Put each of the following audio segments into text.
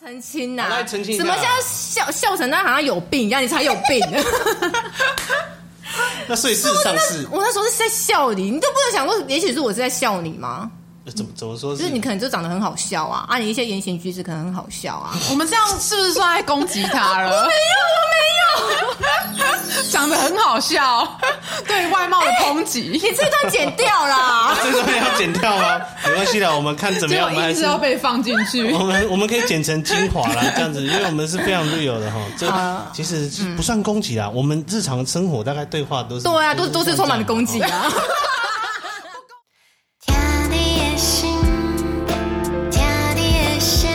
澄清呐、好来澄清一下什么叫笑笑成那好像有病一样？你才有病！ 那所以事实上是我那时候是在笑你，你都不能想过，也许是我是在笑你吗？呃怎么怎么说？，就是是你可能就长得很好笑啊，啊，你一些言行举止可能很好笑啊。我们这样是不是算在攻击他了？我没有，我没有，长得很好笑，对外貌的抨击，你这段剪掉啦 这段要剪掉吗？没关系的，我们看怎么结样，我果们还一直是要被放进 去我。们我们可以剪成精华啦，这样子，因为我们是非常 real 的哈。这其实是不算攻击啦，我们日常生活大概对话都是嗯对啊，都都是充满了攻击哦啊。天地也心，天地也心，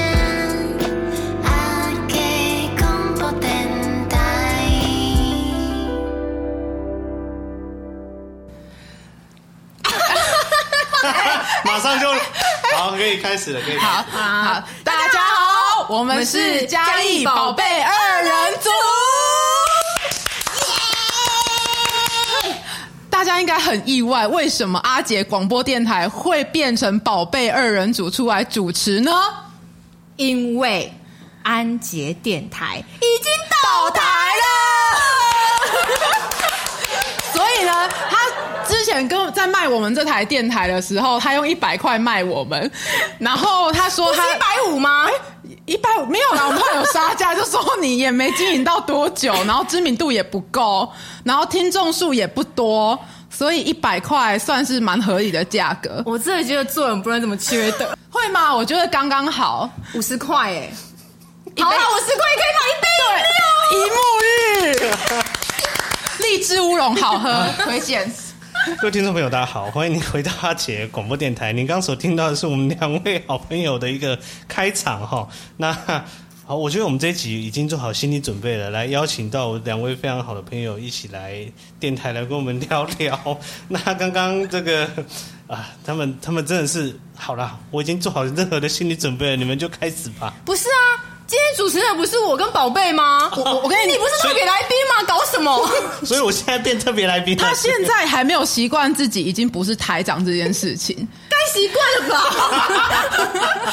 阿给广播电台。马上 就好，可以开始了，可以。好，好，大家好，我们是嘉义宝贝二人组。大家应该很意外，为什么阿杰广播电台会变成宝贝二人组出来主持呢？因为安杰电台已经倒台了。所以呢，他之前跟在卖我们这台电台的时候，他用一百块卖我们，然后他说他一百五吗？一百五没有啦，我们后来有杀价，就说你也没经营到多久，然后知名度也不够，然后听众数也不多，所以一百块算是蛮合理的价格，我真的觉得做人不能这么缺德，会吗？我觉得刚刚好。五十块哎，杯好啦，五十块可以买一杯对，一 沐浴，荔枝乌龙好 喝，推荐。各位听众朋友，大家好，欢迎您回到阿杰广播电台。您刚所听到的是我们两位好朋友的一个开场哈。那好，我觉得我们这一集已经做好心理准备了，来邀请到我两位非常好的朋友一起来电台来跟我们聊聊。那刚刚这个啊，他们他们真的是好啦，我已经做好任何的心理准备了，你们就开始 吧。不是啊，今天主持人不是我跟宝贝吗？我我跟你，你不是特别来宾吗？搞什么？所以我现在变特别来宾了。他现在还没有习惯自己已经不是台长这件事情，该习惯了吧？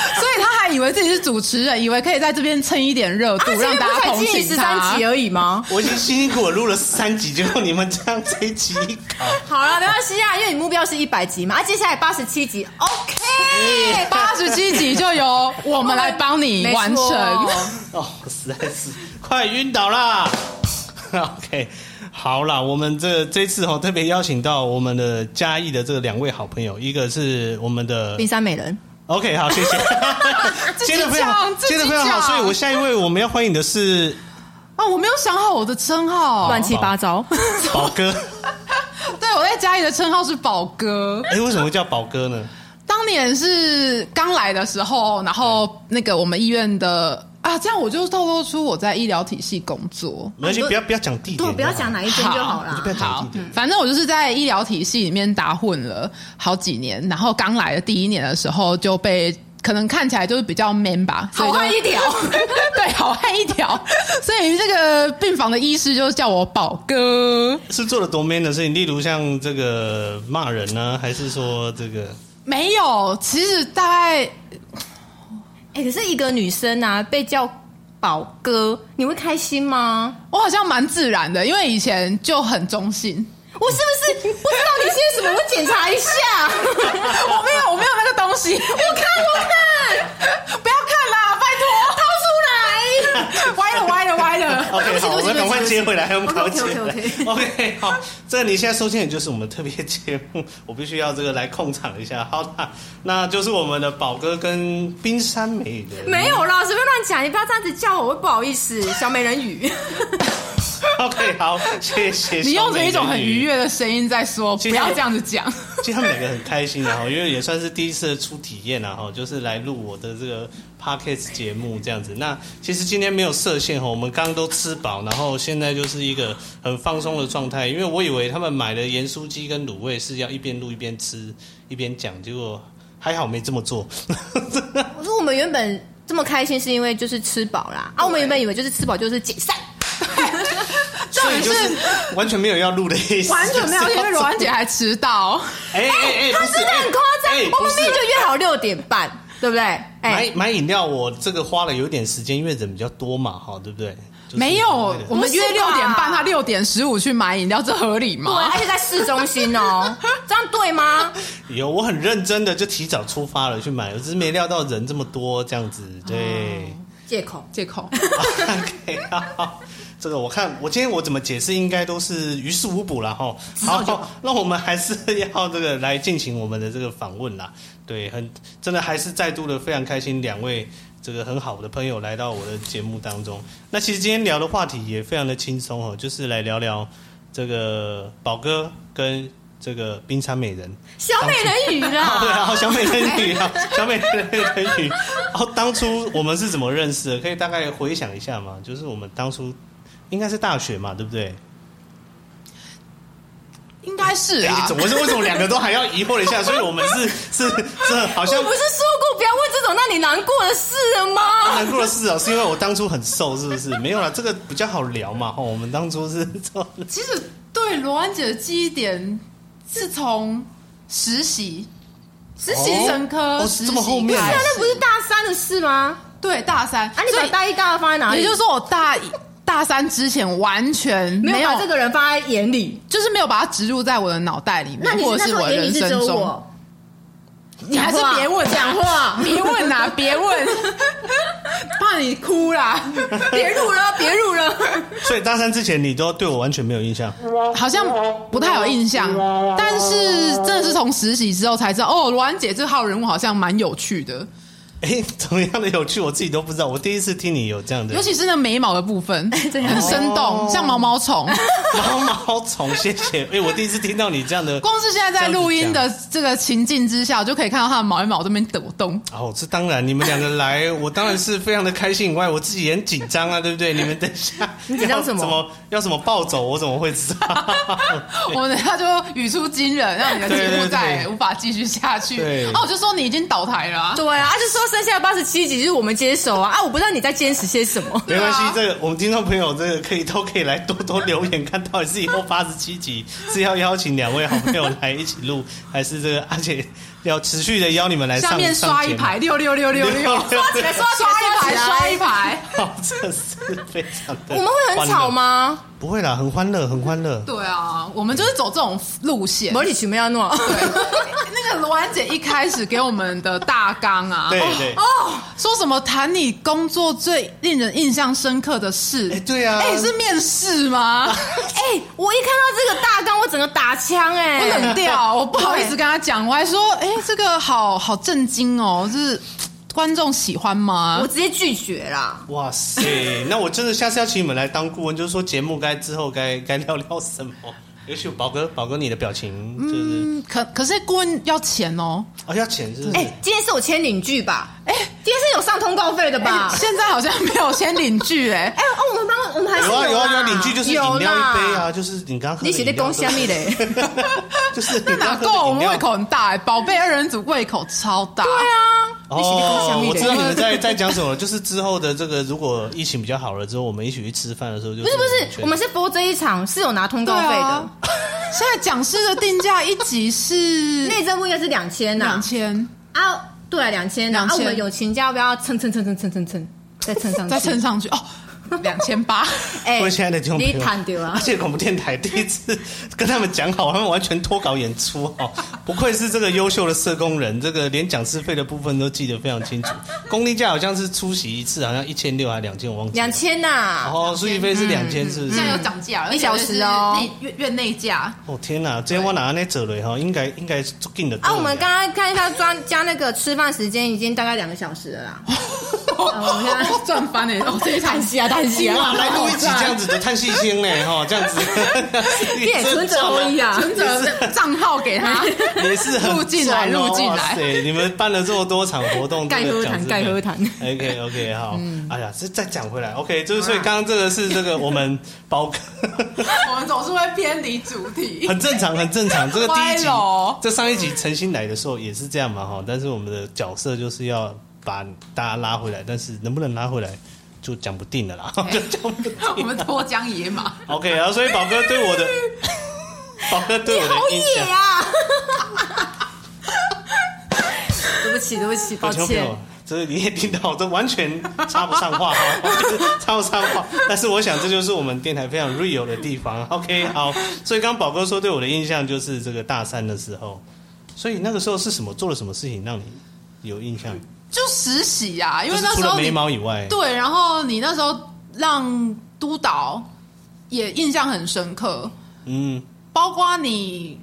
所以他还以为自己是主持人，以为可以在这边蹭一点热度，啊让大家前面不同是才经营情十他三集。而已吗？我已经辛辛苦苦录了三集，结果你们这样 这一集一搞。好了，没关系啊，因为你目标是一百集嘛，啊，接下来八十七集，OK， 八十七集就由我们来帮你完没错成。哦，实在是 快晕倒啦 ！OK，好啦，我们这这次哦特别邀请到我们的嘉义的这两位好朋友，一个是我们的冰山美人， OK，好，谢谢，接的非常好，自己接讲的非常好，自己讲所以我下一位我们要欢迎的是啊，我没有想好我的称号。乱七八糟。宝哥。 对，我在家里的称号是宝哥。哎、为什么会叫宝哥呢？当年是刚来的时候，然后那个我们医院的啊，这样我就透露出我在医疗体系工作。没关系，不要不要讲地点，啊对，不要讲哪一间就好啦不。要讲好地点。，反正我就是在医疗体系里面打混了好几年，然后刚来的第一年的时候就被可能看起来就是比较 man 吧，所以好就汉一条， 对，好汉一条， 所以这个病房的医师就叫我宝哥。是做了多 man 的事情，例如像这个骂人呢、还是说这个没有，其实大概哎、可是一个女生啊，被叫宝哥，你会开心吗？我好像蛮自然的，因为以前就很中性，我是不是不知道你些什么？我检查一下。 我没有，我没有那个东西，我看，我看， 不要看啦，拜托，掏出来， 歪了，歪了，歪了。 OK，好，我们赶快接回来，我们赶快接回 OK，OK，OK 来。OK，好， 这你现在收听的就是我们特别节目，我必须要这个来控场一下。好啦，那就是我们的宝哥跟冰山美人。没有啦，随便乱讲，你不要这样子叫我，我会不好意思。小美人鱼， OK，好，谢谢。 你用着一种小美很人愉。悦的声音在说，不其实要这样子讲。其实他们两个很开心然后因为也算是第一次的初体验然后就是来录我的这个 podcast 节目这样子。那其实今天没有设限哈，我们刚刚都吃饱，然后现在就是一个很放松的状态。因为我以为他们买的盐酥鸡跟卤味是要一边录一边吃一边讲，结果还好没这么做。 我说我们原本这么开心，是因为就是吃饱啦。啊，我们原本以为就是吃饱就是解散，哎所以就是完全没有要录的意思，完全没有，就是因要为罗安姐还迟到。 哎哎哎，他不是真的很夸张。哎哎我不们是明明就约好六点半，对不对？哎买买饮料，我这个花了有点时间，因为人比较多嘛，哈，对不对？就是 没有那个，我们约不是吧六点半，他六点十五去买饮料，这合理对，吗？而且在市中心 哦，这样对吗？有，我很认真的就提早出发了去买，我只是没料到人这么多这样子。对、 借口借口 OK，好，这个我看我今天我怎么解释应该都是于事无补了哈。好，那我们还是要这个来进行我们的这个访问啦。对，很真的还是再度的非常开心，两位这个很好的朋友来到我的节目当中。那其实今天聊的话题也非常的轻松哦，就是来聊聊这个宝哥跟这个冰山美人。小美人鱼 啦， 对啊，小美人鱼啊，小美人鱼。哦，当初我们是怎么认识的？可以大概回想一下吗？就是我们当初应该是大学嘛，对不对？应该是哎啊怎。么是为什么两个都还要疑惑一下？所以我们是 是是好像我不是说过不要问这种让你难过的事了吗？难过的事啊，是因为我当初很瘦，是不是？没有啦，这个比较好聊嘛。哈，我们当初是做其实对罗安姐的记忆点是从实习，实习生科，哦实这么后习面啊开始那哎不是大三的事吗？对大三，啊，你所把以大一、大二放在哪里？也就是说我大一大三之前完全没没有有把这个人放在眼里。就是没有把它植入在我的脑袋里面，那你或是者那是时候我的眼人里是生只有中。我？你还是别问讲话别 问啊，别问，怕你哭啦。别入了，别入了。所以大三之前，你都对我完全没有印象。 好像不太有印象，但是真的是从实习之后才知道，哦，罗安姐这号人物好像蛮有趣的，哎，怎么样的有趣，我自己都不知道。我第一次听你有这样的尤其是那眉毛的哦部 分，很生动，像毛毛 虫。毛毛虫，谢谢。哎，我第一次听到你这样的光是现在在录音的这个情境之下，我就可以看到她的毛一毛这边抖动。哦，这当然，你们两个来， 我当然是非常的开心。以外，我自己也很紧张啊，对不对？你们等一下， 你紧张什么？么怎要怎么暴走？我怎么会知道？ 我们他就语出惊人，让你的节目对对再对也无法继续下去。对哦，我就说你已经倒台了、啊。 对啊，他就说剩下八十七集就是我们接手啊啊！我不知道你在坚持些什么。没关系对啊，这个我们听众朋友，这个可以都可以来多多留言， 看到底是以后八十七集是要邀请两位好朋友来一起录，还是这个而且要持续的邀你们来上下面刷上一节目排六六六六六，六 刷起来刷起来刷一排刷一排。好，哦这是非常 的。我们会很吵？吗？不会啦，很欢乐，很欢乐。对啊，我们就是走这种路线。莫里奇没有弄。对，那个罗安姐一开始给我们的大纲啊，对哦对，哦，说什么谈你工作最令人印象深刻的事？哎，对啊，哎，是面试 吗？ 哎，我一看到这个大纲，我整个打枪哎！我冷掉，我不好意思对跟他讲，我还说，哎，这个好好震惊哦，就是观众喜欢吗我？直接拒绝啦。哇塞！那我真的下次要请你们来当顾问，就是说节目该之后该该聊聊什么。也许宝哥，宝哥你的表情就是、嗯，可可是顾问要钱哦，哦要钱是不是？哎，今天是我签领据吧？哎，今天是有上通告费的吧？现在好像没有先领据哎，哎哦，我们帮我们还是有啊有啊啦有啊，邻居就是饮料一杯有啦啊，就是你刚刚喝的你写的饮料公虾米嘞？对 就是 你那刚哪刚喝的饮料够？我们胃口很大哎，宝贝二人组胃口超大。对啊，啊，你写的公虾哦，米我知道嘞？你们在在讲什么了，就是之后的这个，如果疫情比较好了之后，我们一起去吃饭的时候就不是不是，我们是播这一场是有拿通告费对的啊，现在讲师的定价一集是内政部应该是两千呐两，千，啊，对啊，两千啊， 2000我们友情价要不要蹭蹭蹭蹭蹭蹭蹭，再蹭上去，再蹭上去哦，两千 八。哎，各位亲爱的听众朋友你谈 丢啊而！且广播电台第一次跟他们讲好，他们完全脱稿演出 哦，不愧是这个优秀的社工人，这个连讲师费的部分都记得非常清楚。公定价好像是出席一次，好像一千六还两千，我忘记了。两千呐，哦，出席费是两千，是不是？现在有涨价了，一小时哦而且就是内院院内价，哦天哪，今天我拿那走了哈，哦应该应该足劲的。啊，我们刚刚看一下抓加那个吃饭时间已经大概两个小时了啦，哦哦 我们现在赚翻了。哦，这一场啊，叹息哇，来录一集这样子的叹息声呢，哈，这样 子，也哎 存折而已 啊，存折账号给他，也是很入进来赚哦入进来哇塞，你们办了这么多场活 动，盖这个喝讲坛师盖喝坛 OK OK 好，嗯哎呀，这再讲回来，OK，就是所以刚刚这个是这个我们包哥， 我们总是会偏离主 题。很正常，很正 常。这个第一集歪楼，这上一集诚心来的时候也是这样嘛哈，但是我们的角色就是要把大家拉回来，但是能不能拉回来就讲不定了 啦，哎就讲不定。我们脱缰野马， OK，然后所以宝哥对我的， 宝哥对我的好 印野象。啊！对不起，对不起，抱有听众朋歉友。就是你也听到，这完全插不上话 哈，就是插不上话。但是我想这就是我们电台非常 real 的地方。OK，好， 所以刚宝哥说对我的印象就是这个大三的时候，所以那个时候是什么做了什么事情让你有印象？就实习呀、因为就是那除时了候眉你毛以外，对，然后你那时候让督导也印象很深刻，嗯，包括你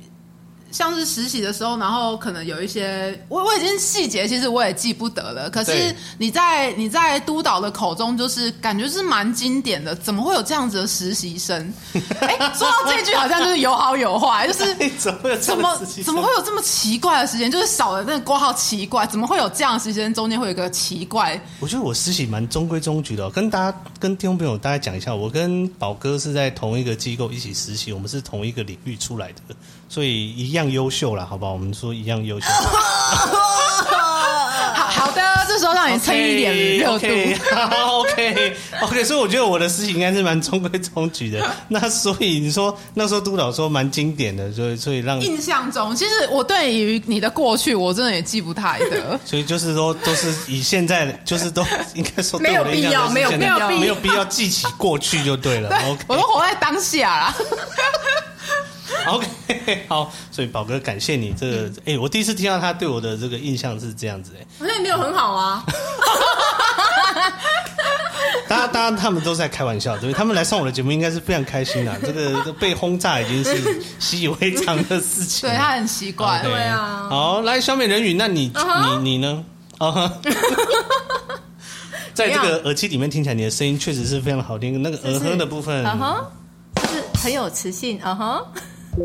像是实习的时候，然后可能有一些我我已经细节其实我也记不得了，可是对你在你在督导的口中就是感觉是蛮经典的，怎么会有这样子的实 习生？哎，说到这一句好像就是有好有坏，就是 嗯怎么会有这 怎样么的事情怎么会有这么奇怪的时间？就是少了那个挂号奇怪，怎么会有这样的时间？中间会有一个奇怪，我觉得我实习蛮中规中矩的哦、跟大家、跟听众朋友大家讲一下，我跟宝哥是在同一个机构一起实习，我们是同一个领域出来的，所以一样优秀啦，好不好？我们说一样 优秀，好好的，这时候让你蹭一点热度。呃 OK，好，OK，OK，、所以我觉得我的事情应该是蛮中规中矩的。 那所以你说那时候督导说蛮经典的，所以所以让。印象中，其实我对于你的过去，我真的也记不太得所以就是说，都是以现在的，就是都应该说没有对我的印象必要没有就是现在必要没有必要记起过去 就对了。OK，我都活在当下啦。 OK，好，所以宝哥感谢你这个，嗯哎、我第一次听到他对我的这个印象是这样子、哎，好像也没有很好啊。大家大家他们都是在开玩笑，对不对？他们来上我的节目应该是非常开 心的、这个这被轰炸已经是习以为常的事情 对了。他很奇怪 OK 对啊嗯好，来小美人鱼，那你、你你 呢？啊、哈在这怎个样耳机里面听起来，你的声音确实是非常好听。那个就儿是呵的部分，嗯哼，就是很有磁性，嗯哼，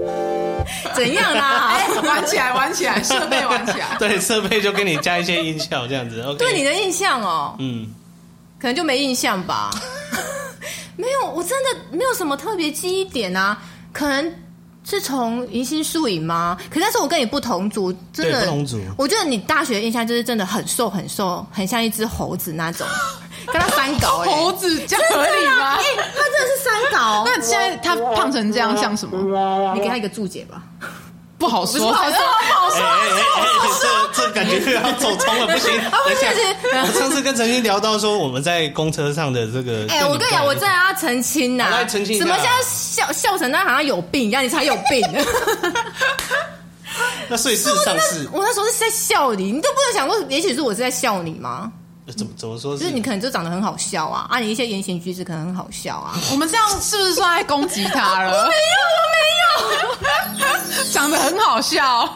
怎样 啦？哎玩起来，玩起来，设备玩起 来。对设备就给你加一些音效，这样子。OK，对你的印象哦，嗯，可能就没印象吧。没有，我真的没有什么特别记忆点啊，可能是从迎新树影吗？可但是我跟你不同组，真的对不同组我觉得你大学的印象就是真的很瘦很瘦，很像一只猴子那种，跟他三搞哎、 猴子这样合理吗哎、？他真的是三搞。那现在他胖成这样像什么？你给他一个注解吧。不好说，不好说不哎好哎哎哎，这这感觉又要走通了，不 行！哦等一下，我上次跟陈鑫聊到说，我们在公车上的这个，哎、我跟你讲，我真的要澄清呐、好来澄清一下什么叫笑笑成那好像有 病一 样，你才有病。那所以事实上是我那时候是在笑你，你都不能想过，也许是我是在笑你吗？呃怎么怎么说？，就是你可能就长得很好笑啊，啊，你一些言行举止可能很好笑啊。 我们这样是不是算在攻击他了？我没有，我没有， 长得很好笑，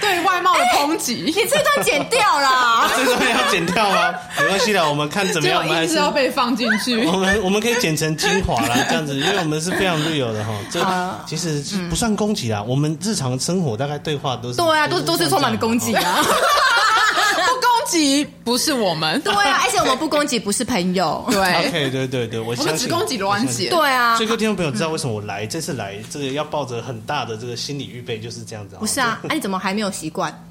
对外貌的抨击，你这段剪掉啦 这段要剪掉吗？没关系的，我们看怎么结样，果 我们还一直是要被放进 去我。们我们可以剪成精华啦，这样子，因为我们是非常 real 的哈。这啊其实不算攻击啦，我们日常生活大概对话都是对啊，都都是充满了攻哦击。啊。不攻击不是 我们， 对啊，而且我们不攻击不是朋友。对， OK，对对对，我我相们只信攻击我罗安相信姐。对啊所以，各位听众朋友知道为什么我来、这次来，这个要抱着很大的这个心理预备，就是这样子。不是啊，啊，你怎么还没有习惯？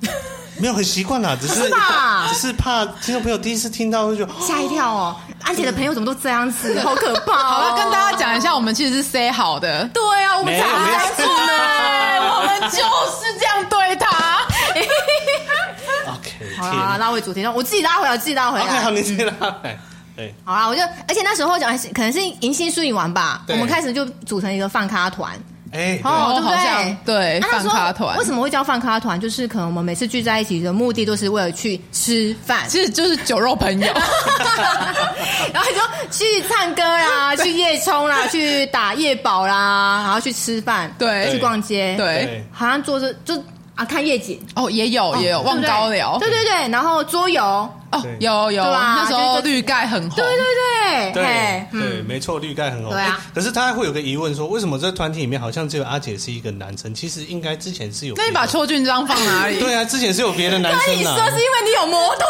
没有很习惯啦，只是是吧只是怕听众朋友第一次听到会觉得吓一 跳哦！安姐的朋友怎么都这样子，好可怕、哦！好了，跟大家讲一下，我们其实是 say 好的，对啊，我们没有才没有才出哎，呢。我们就是这样对他。 OK，天好啦，拉回主题，那我自己拉回来，我自己拉回来。 ，OK，好，你先拉来，对，好啦，我就，而且那时候讲，可能是迎新输赢完吧，对我们开始就组成一个放咖团，哎、哦对不好像对？啊对那时候放咖团为什么会叫放咖团？就是可能我们每次聚在一起的目的都是为了去吃饭，其实就是酒肉朋友， 然后就去唱歌 啦，去夜冲啦，去打夜保啦，然后去吃饭，对去逛街，对对好像做这就啊看夜景，哦，也有也有对望不对高聊，对对对，然后桌游，哦对，有有，对吧那时候对对绿盖很红对，对对，对嘿嗯对，没错，绿盖很红。对啊哎可是他会有个疑问说，为什么这团体里面好像只有阿姐是一个男生？其实应该之前是有别的。那你把邱俊章放 哪里？对啊，之前是有别的男生、啊。你说是因为你有摩托车。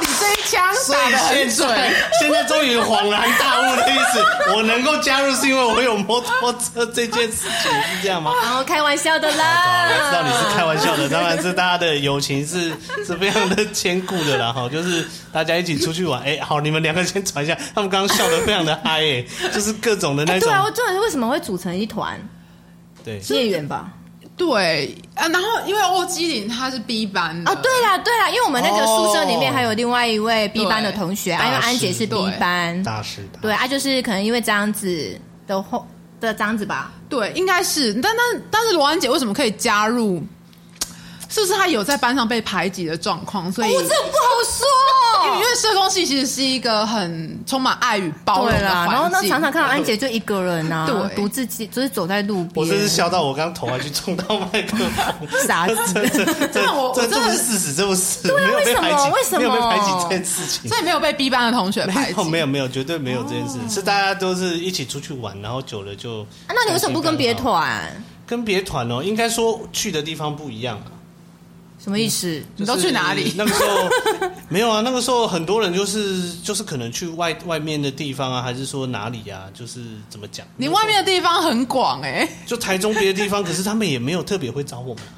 你这一枪所以现在现在终于恍然大悟的意思，我能够加入是因为我有摩托车这件事情，是这 样吗？然后开玩笑的啦 好，我知道你是开玩笑的，当然是大家的友情是是非常的坚固的啦哈，就是大家一起出去玩，哎、好，你们两个先传一下，他们刚刚笑得非常的 嗨、哎，就是各种的那哎种，对啊，我重点是为什么会组成一团？对孽缘吧，对啊，然后因为欧基林他是 B 班的哦，对啦对啦，因为我们那个宿舍里面哦还有另外一位 B 班的对同学啊，大因为安姐是师 B 对班，大师大对啊，就是可能因为这样子的后的这样子吧，对，应该是，但但但是罗安姐为什么可以加入？是不是她有在班上被排挤的状况？所以、哦我这不好说哎因为因为社工系其实是一个很充满爱与包容对的啦，然后环呢，境。常常看到安姐就一个人啊，对独自己就是走在路边，我真是笑到我刚头还去冲到麦克风，傻 这子啊这这真的我这我真的这不是事实，这不是没有为什被么排挤，啊为什么没有被排挤这件事情所。以没有被 B 班的同学没有排挤。哦没有没有，绝对没哦有这件事，是大家都是一起出去玩，然后久了就啊那你为什么不跟别？团？跟别团哦，应该说去的地方不一样啊。什么意思？你都去哪里那个时候没有啊，那个时候很多人就是就是可能去外外面的地方啊，还是说哪里啊，就是怎么讲？你外面的地方很广哎、就台中别的地方，可是他们也没有特别会找我们啊。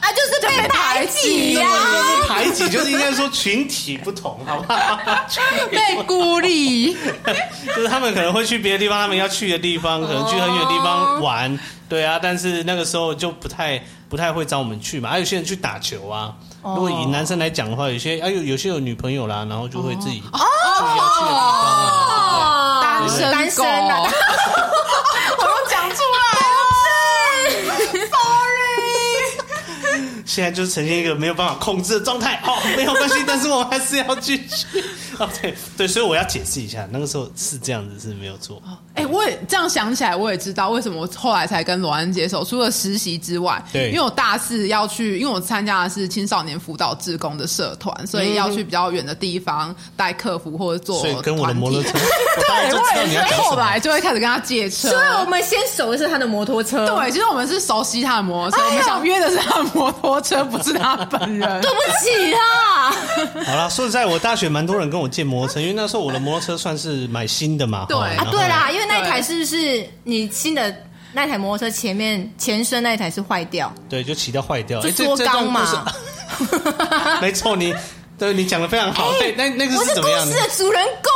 啊，就是被排挤呀、根本就是排挤，就是应该说群体不同，好不好？被孤立。就是他们可能会去别的地方，他们要去的地哦方，可能去很远的地方玩，对啊。但是那个时候就不太不太会找我们去嘛。还、有些人去打球啊。哦如果以男生来讲的话，有些哎有有些有女朋友啦，然后就会自己哦要去的地方啊。哦，单身单身啊 我狗，都讲出来了，sorry。对现在就呈现一个没有办法控制的状态哦，没有关系，但是我们还是要继续。 哦，对对，所以我要解释一下，那个时候是这样子是没有错。哎、我也这样想起来，我也知道为什么我后来才跟罗安接手。除了实习之外，对因为我大四要去，因为我参加的是青少年辅导志工的社团，所以要去比较远的地方带客服或者做嗯所以跟我的团体摩托车，我当然 对，就知道我你也要是讲什后么。来就会开始跟他借车。所以我们先熟的是他的摩托车。对，其实我们是熟悉他的摩托车，我们想约的是他的摩托车，不是他本人。对不 起啦，好啦，说实在，我大学蛮多人跟我借摩托车，因为那时候我的摩托车算是买新的嘛。对齁啊啊，然后对啦，因为那一对台是不是你新的那台摩托车前面前身那一台是坏掉，对，就骑到坏掉，哎就诶这缩这缸段故嘛事，。 没错，你对你讲的非常好。对，那那 个我是是怎故么样事的？的主人公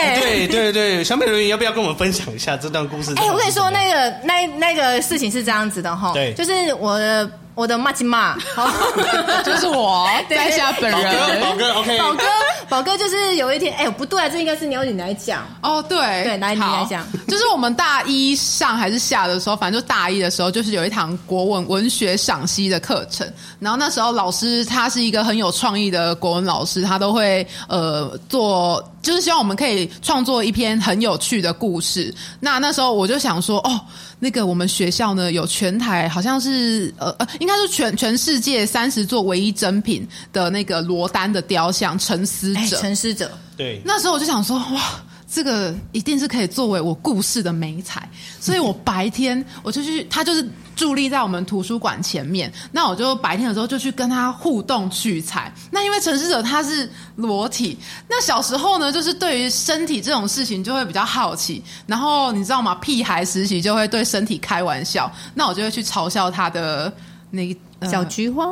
哎、 对对对，小美人鱼要不要跟我们分享一下这段故事？哎、我跟你说，那个那那个事情是这样子的哈，对就是我的我的妈亲妈，好 就是我对在下本宝哥，宝人。哥 ，OK，宝哥，宝哥就是有一天，哎、不对啊，这应该是你要你来讲，哦，对，对来你好来讲 就是我们大一上还是下的时候，反正就大一的时候，就是有一堂国文文学赏析的课程。然后那时候老师他是一个很有创意的国文老师，他都会呃做，就是希望我们可以创作一篇很有趣的故事。那那时候我就想说，哦，那个我们学校呢有全台好像是呃呃，应该是全全世界三十座唯一珍品的那个罗丹的雕像沉思哎、者。陈思哲，对，那时候我就想说，哇，这个一定是可以作为我故事的美彩，所以我白天我就去，他就是伫立在我们图书馆前面，那我就白天的时候就去跟他互动取材。那因为陈思者他是裸体，那小时候呢，就是对于身体这种事情就会比较好奇，然后你知道吗？屁孩时期就会对身体开玩笑，那我就会去嘲笑他的那个。 呃小菊花，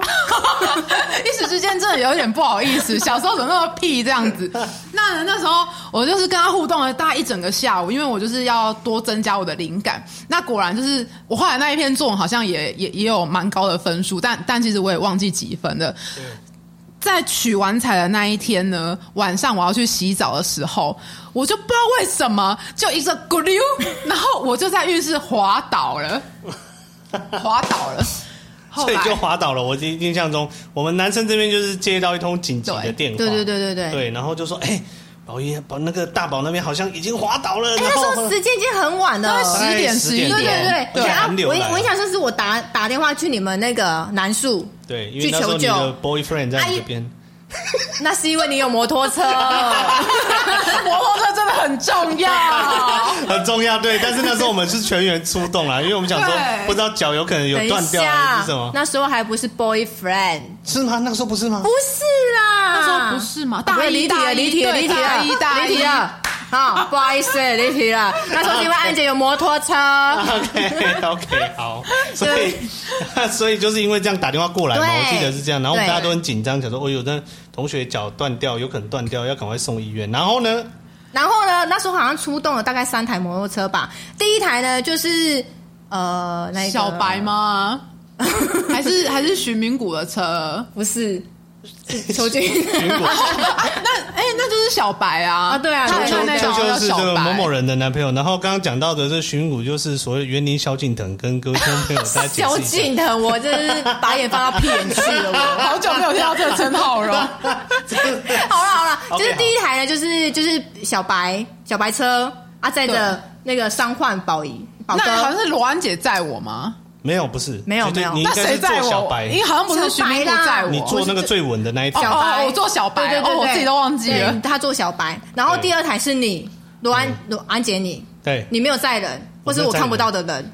一时之间真的有点不好意思，小时候怎么那么屁这样子？那那时候我就是跟他互动了大概一整个下午，因为我就是要多增加我的灵感。那果然就是我后来那一篇作文好像也也也有蛮高的分数，但但其实我也忘记几分了。在取完彩的那一天呢，晚上我要去洗澡的时候，我就不知道为什么就一个咕溜，然后我就在浴室滑倒了，滑倒了。后所以来就滑倒了。我印印象中，我们男生这边就是接到一通紧急的对电话，对对对对对对，然后就说，哎，宝仪，宝那个大宝那边好像已经滑倒了，哎、然那时后候时间已经很晚了，大概10点10点对11对点对，对啊寒，流我来了我印象中是我打打电话去你们那个南树，对，因为去那时候求你救，哎的 boyfriend 在你这边， 那是因为你有摩托 车，摩托车真的很重要。 很重要，对。但是那时候我们是全员出动啦，因为我们想说对不知道脚有可能有等一断掉还下是什么，，那时候还不是 boyfriend，是吗？那个时候不是吗 不？是啦，那时候不是吗啊大不一是离题大了，一离题了，对离题大了，一大一离题了。啊，不好意思，离题了。那时候是因为安姐有摩托 车， OK OK 好，所以所以 就是因为这样打电话过来嘛，对我记得是这样，然后我们对大家都很紧张，想说，哦呦，那同学脚断掉，有可能断掉，要赶快送医院。然 后呢，然后呢，那时候好像出动了大概三台摩托车吧。第一台呢，就是呃，那个 小白？吗？ 还是还是徐明谷的车啊？不是邱 俊 苹果 那哎、那就是小白啊！啊对啊他对就对那对这种叫就是这小个白。某某人的男朋友。然后刚刚讲到的这寻骨，就是所谓园林萧敬腾，跟各位听众朋友大家解萧释一下。敬腾，我真是把眼放到屁眼去了。 我好久没有听到这个称号了。好了好了， OK，就是第一台呢，就是就是小白小白车啊，载着那个商焕宝仪宝那好像哥，是罗安姐载我吗？没有，不是，没有绝对没有你应那该谁是做载小我？白因为，好像不是徐明小白谷啦载我，你 坐那个最稳的那一小条。白哦，我做小白，对对对哦，我对自己都忘记了对。他坐小白，然后第二台是你罗安罗安姐你，对，你没有载人，我或没有载人是我看不到的人，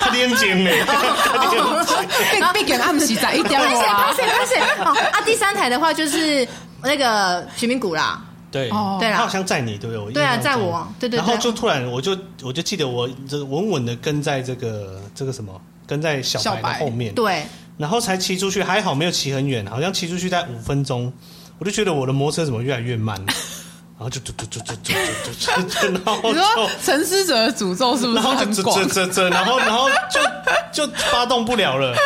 他眼睛呢？他眼睛。被被给暗喜仔一点拍 谁我啊拍！谁拍谁哦啊！第三台的话就是那个徐明谷啦，对，哦对啦他好像载你，对不对？我对啊印象中载我对对然后对就突然，我就我就记得我这稳稳的跟在这个这个什么，跟在小白小的白后面，对，然后才骑出去，还好没有骑很远，好像骑出去在五分钟，我就觉得我的摩托车怎么越来越慢，然后就嘟嘟嘟嘟嘟嘟嘟嘟，然后你就。说陈思哲的诅咒是不是然后很就广这？这这，然后然后就就发动不了了，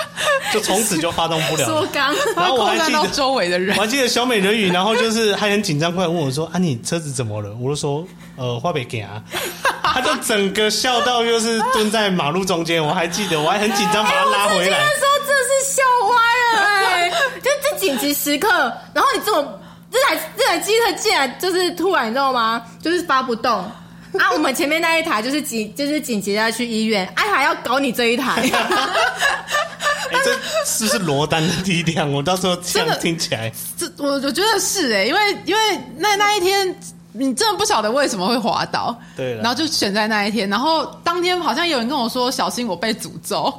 就从此就发动不了了。刚然后我还 扩散记到得周围的人我，还记得小美人鱼，然后就是还很紧张，过来问我说：“啊，你车子怎么了？”我就说：“呃，花北给啊。”他就整个笑到就是蹲在马路中间，我还记得，我还很紧张把他拉回来那。时候真的是笑歪了哎、就这紧急时刻，然后你这么这台这台机它竟然就是突然，你知道吗？就是发不动。啊，我们前面那一台就是紧，就是紧急要去医院，哎、还要搞你这一台，哎，这是不是罗丹的力量？我到时候这 真的样听起来，这我我觉得是哎、因为因为那那一天。你真的不晓得为什么会滑倒，对啦然后就选在那一天，然后当天好像有人跟我说小心我被诅咒，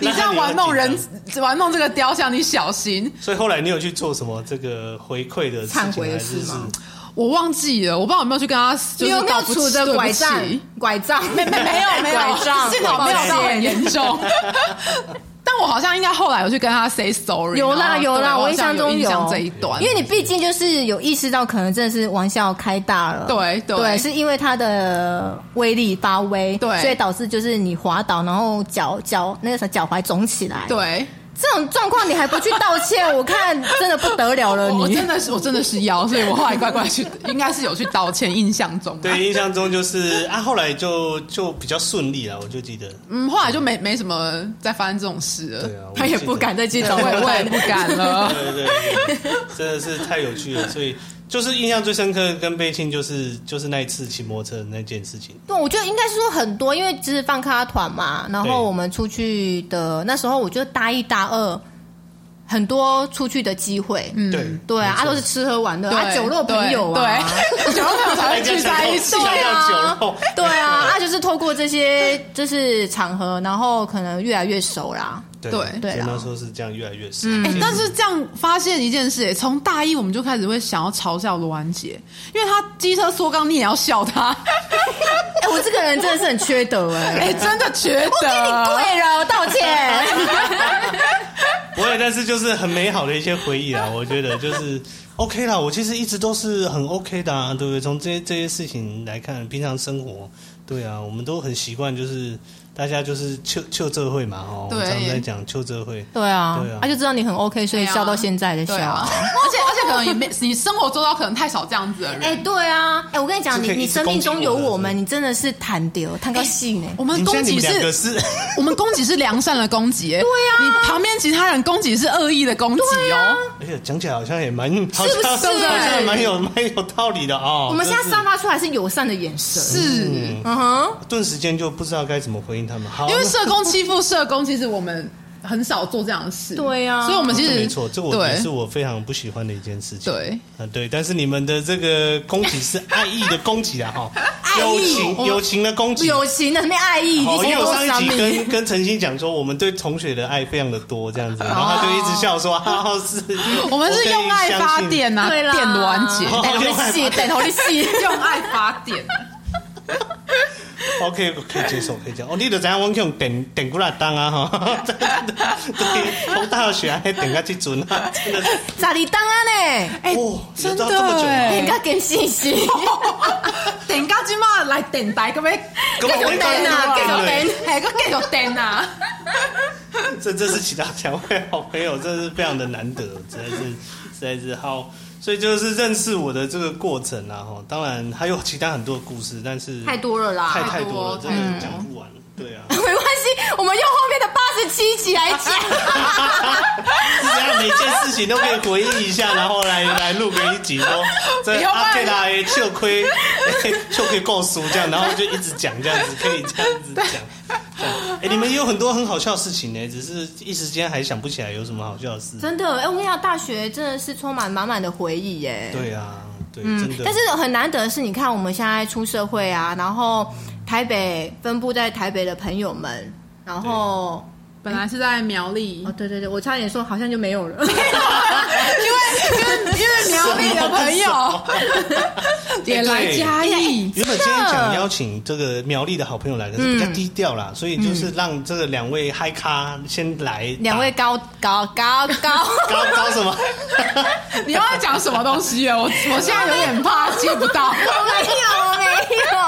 你这样玩弄人玩弄这个雕像，你小心。所以后来你有去做什么这个回馈的事忏情悔还的是事是吗？我忘记了，我不知道有没有去跟他，就你是有没道有不杵起着拐杖对不起？拐杖没 没没有没有 拐杖，幸好没有到拐很杖严重。 但我好像应该后来有去跟他 say sorry，有啦然后有啦对我好印像象中有印象有这一段，因为你毕竟就是有意识到，可能真的是玩笑开大了，对对是因为它的威力发威，对所以导致就是你滑倒，然后脚脚那个什么脚踝肿起来，，对。这种状况你还不去道歉，我看真的不得了了我我呃你。真的是我真的是腰，所以我后来乖乖去，应该是有去道歉，印象中。啊对，，印象中就是啊，后来就就比较顺利了，我就记得。嗯，后来就没没什么再发生这种事了。对啊，我他也记不得敢再去找我也我也不 敢了。对对对，对真的是太有趣了，所以就是印象最深刻跟贝庆就是就是那一次骑摩托车的那件事情。对，我觉得应该是说很多，因为只是放咖团嘛，然对后我们出去的那时候，我觉得大一大二很多出去的机会，嗯，对对啊，没啊错都是吃喝玩乐啊，对酒肉朋友啊，对，酒肉朋友才会聚在一起。对对 要啊酒肉， 对 啊，啊就是透过这些就是场合，然后可能越来越熟啦。对对啊嗯啦那时候是这样越来越少。哎、但是这样发现一件事、哎，从大一我们就开始会想要嘲笑罗安杰，因为他机车缩缸，你也要笑他。 哎，我这个人真的是很缺德哎，哎、真的觉得， 对了，道 歉。啊不会，但是就是很美好的一些回忆啊， 我觉得就是 OK 啦。我其实一直都是很 OK 的、啊，对不对？从这些这些事情来看，平常生活，对啊，我们都很习惯，就是大家就是旧旧社会嘛，哦，我们对常在讲旧社会，对啊对啊，他就知道你很 OK，所以笑到现在的笑对啊，啊。而且而且可能也没你生活周遭可能太少这样子的人。哎，对啊，哎，我跟你讲，是你可以一你直生命中有攻击我的我们，你真的是谈丢谈个戏呢。我们你攻像你击们两个是，是。 我们攻击是良善的攻击、哎，对呀、你旁边其他人攻击是恶意的攻击哦、而且哎讲起来好像也蛮，好是像好像也蛮有蛮有道理的哦。我们现在就是散发出来是友善的眼神，是。嗯哼，顿时间就不知道该怎么回应他们。好，啊因为社工欺负社工，其实我们很少做这样的事。对啊所以我们那其实没错，这我也对是我非常不喜欢的一件事情。对，啊，对，但是你们的这个攻击是爱意的攻击啊，哈，意友情我友情的攻击。友情的那边爱意，好，因为你我多哦上伤一集命。跟跟陈星讲说，我们对同学的爱非常的多，这样子，然后他就一直笑说，哈哈，是，我们是可以用爱相发信电啊，对啦，电暖姐，好等头力戏，等头力戏。用爱 发哦电。 OK，可以接受，可以接受。哦，你就知影，我用点点过来当啊，哈，对，从大学还点到这阵啊，真的是， 咋里当 啊呢？哎哦，真有到这么久的哎人家给信息，电到即马来电台，咁要根本没电啊看到继续对电系个继续电啊！这这是其他两位好朋友，这是非常的难得，实在是实在是好。所以就是认识我的这个过程啊，哈，当然还有其他很多的故事，但是太多了啦太太太多多了，太真多的讲不完。对啊，没关系，我们用后面的八十七集来讲。 这样每件事情都可以回忆一下，然后来来录个一集 说这以后阿办佩拉诶，哎秋亏哎秋亏够熟这样，然后就一直讲这样子，可以这样子讲。这样哎，你们也有很多很好笑的事情呢，只是一时间还想不起来有什么好笑的事。真的，哎、我跟你讲，大学真的是充满满满的回忆耶。对啊，对，嗯真的。但是很难得的是，你看我们现在出社会啊，然后台北分布在台北的朋友们，然后本来是在苗栗，哦，对对对，我差点说好像就没有 了。因为因为苗栗的朋 友哦哎也来嘉义，原本今天想邀请这个苗栗的好朋友来，可是比较嗯低调啦，所以就是让这个两位嗨咖先来打，两位高高高高，高高什么？你又要讲什么东西啊？我我现在有点怕接不到。我没有没有。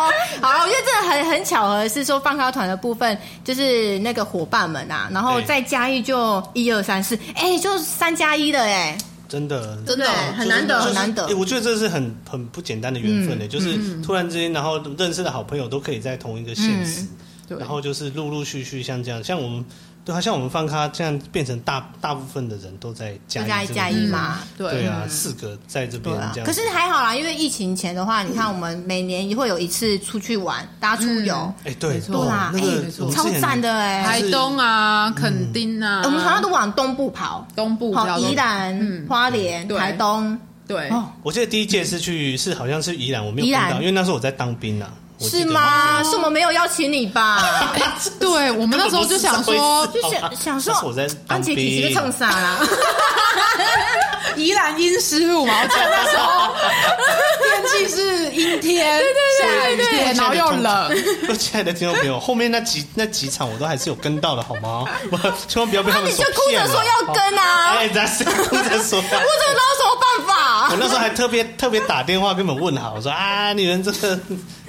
好了，我觉得这很很巧合的是说放高团的部分，就是那个伙伴们啊，然后对再加一就一二三四，哎，就三加一了哎，真的，真的哦就是很难得就是很难得嗯诶我觉得这是很很不简单的缘分的，就是突然之间，然后认识的好朋友都可以在同一个县嗯市，对然后就是陆陆续续像这样，像我们。对啊，像我们放咖这样变成大大部分的人都在就嘉加一义这个加地一方嘛。对对啊，四个在这对边啊嗯这样可子。是还好啦，因为疫情前的话，你看我们每年会有一次出去玩，大家出游，哎、对，错对啦，那哎个、我们之超前赞的哎、台东啊，垦丁呃啊，嗯我们常常都往东部跑，东部比较跑多宜兰、花莲、对台东，对，哦，我记得第一届是去是好像是宜兰，我没有宜看兰到，因为那时候我在当兵啊。我记是得吗？是我们没有邀请你吧？对我们那时候就想 说，就想想说那时候我在，当安琪兵琪是冲啥 啦？宜兰阴湿路嘛，我记得那时候 天气是阴天，下雨天，然后又冷，。 各亲爱的听众朋友，后面那几那几场我都还是有跟到的，好吗？ 我千万不要被他那啊们你就所哭骗着了说要跟啊， 哎，咱是哭着说。我怎么知道有什么办法？我那时候还特别特别打电话跟你们问好，我说啊，你们这个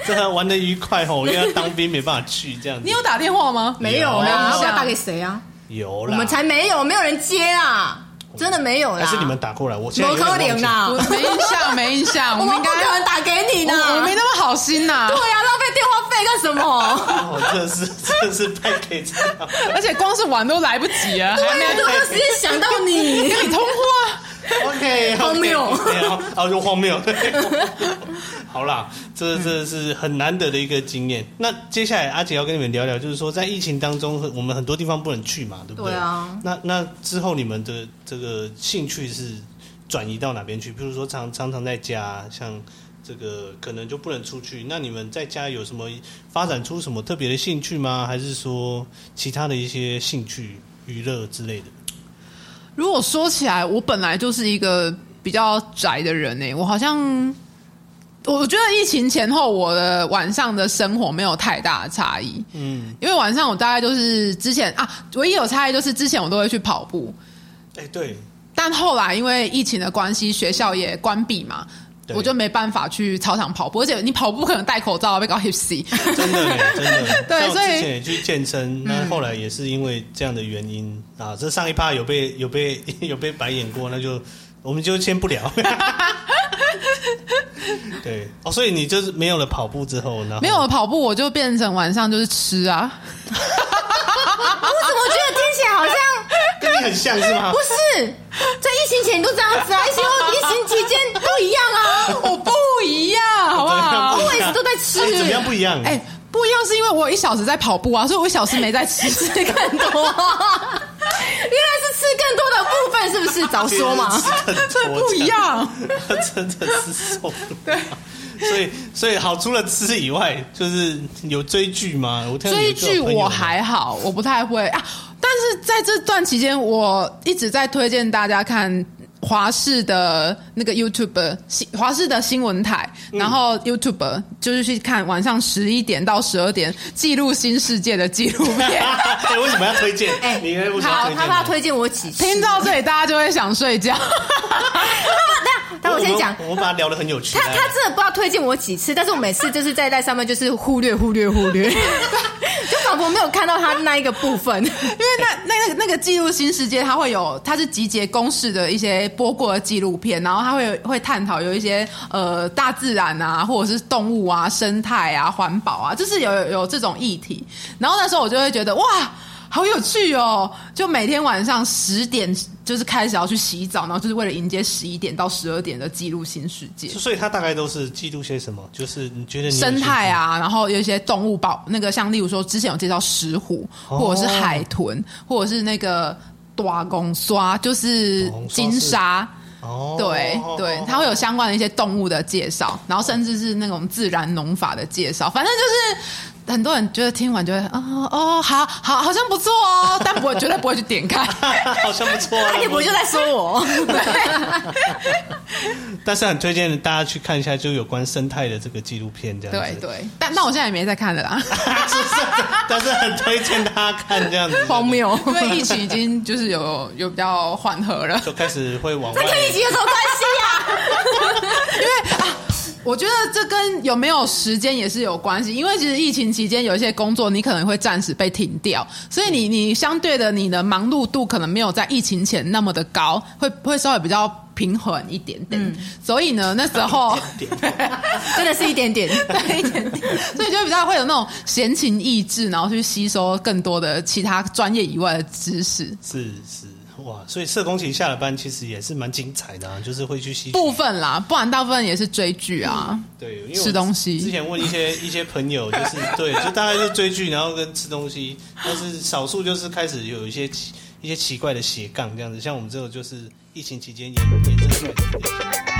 这个玩的愉快哦，我因为要当兵没办法去这样子你。有打电话吗？没有有啦，啊我要打给谁啊？有我哦啦，们才没有，没有人接啊，真的没有还啦。是你们打过来，我现在摩有点科林忘记啊，我没印象，没印象， 我们们应不该可能打给你的，我我没那么好心呐啊对。呀、浪费电话费干什么？哦，真的是真的是败给这样。而且光是玩都来不及啊，还没我都没有时间想到你。跟你通话。 OK， 荒谬啊，就 荒谬。对好啦，这这是很难得的一个经验。那接下来阿姐要跟你们聊聊，就是说在疫情当中，我们很多地方不能去嘛，对不对？对啊。那那之后你们的这个兴趣是转移到哪边去？比如说常常常在家，像。这个可能就不能出去。那你们在家有什么发展出什么特别的兴趣吗？还是说其他的一些兴趣、娱乐之类的？如果说起来，我本来就是一个比较宅的人欸呢、我好像，我我觉得疫情前后我的晚上的生活没有太大的差异，嗯，因为晚上我大概就是之前啊，唯一有差异就是之前我都会去跑步，哎、对，但后来因为疫情的关系，学校也关闭嘛。对我就没办法去操场跑步，而且你跑步不可能戴口罩被搞 hipsy，真的耶，真的。对像我所以嗯之前也去健身，那后来也是因为这样的原因啊。这上一趴有被有被 有被白眼过，那就我们就先不 聊。对，哦，所以你就是没有了跑步之后，然后没有了跑步我就变成晚上就是吃啊，我怎么觉得听起来好像跟你很像是吗不？是？在疫情前都这样子啊，疫情后、疫情期间都一样啊。 我不一样，好不好？我一直都在吃哎，怎么样不一样？ 哎、不一样是因为我有一小时在跑步啊，所以我一小时没在吃。更多，原来是吃更多的部分，是不是？早说嘛。这不一样， 真的是受不了。所以，所以好，除了吃以外，就是有追剧吗？我听到你有追剧朋友我还好，我不太会啊。但是在这段期间，我一直在推荐大家看华视的那个 YouTube 新华视的新闻台，然后 YouTube 就是去看晚上十一点到十二点记录新世界的纪录 片。哎，为什么要推荐？哎 你为什么要好，推荐呢？他怕推荐我起听到这里，大家就会想睡觉。他但我先讲们，我们把它聊得很有趣。他来他真的不知道推荐我几次，但是我每次就是在在上面就是忽略忽略忽 略，就仿佛没有看到他那一个部分。因为那那那个那个记录新世界，它会有它是集结公式的一些播过的纪录片，然后它会有会探讨有一些呃大自然啊，或者是动物啊、生态啊、环保啊，就是有有有这种议题。然后那时候我就会觉得哇。好有趣哦！就每天晚上十点，就是开始要去洗澡，然后就是为了迎接十一点到十二点的记录新世界。所以他大概都是记录些什么？就是你觉得你有生态兴趣，啊，然后有一些动物保那个，像例如说之前有介绍石虎，哦或者是海豚，或者是那个大公刷，就是大公鲨金鲨。哦，对对，它会有相关的一些动物的介绍，然后甚至是那种自然农法的介绍，反正就是很多人觉得听完就会啊哦好好好像不错哦，但不会绝对不会去点 开。 好像不错啊。他也不就在说我，但是很推荐大家去看一下，就有关生态的这个纪录片这样对子。 对，但但我现在也没在看了啦，但是很推荐大家看这样子，荒谬。因为疫情已经就是有有比较缓和了。就开始会往外那。跟疫情有什么关系啊呀、我觉得这跟有没有时间也是有关系，因为其实疫情期间有一些工作你可能会暂时被停掉，所以你你相对的你的忙碌度可能没有在疫情前那么的高，会会稍微比较平衡一点点。所以呢，那时候 真的是一点点。对一点点， 所以就比较会有那种闲情逸致，然后去吸收更多的其他专业以外的知识。是是哇，所以社工其实下了班其实也是蛮精彩的、啊，就是会去吸取部分啦，不然大部分也是追剧啊。对，因为我吃东西之前问一 些一些朋友，就是对，就大概是追剧，然后跟吃东西，但是少数就是开始有一些奇一些奇怪的斜杠这样子，像我们这种就是疫情期间延延伸出来的。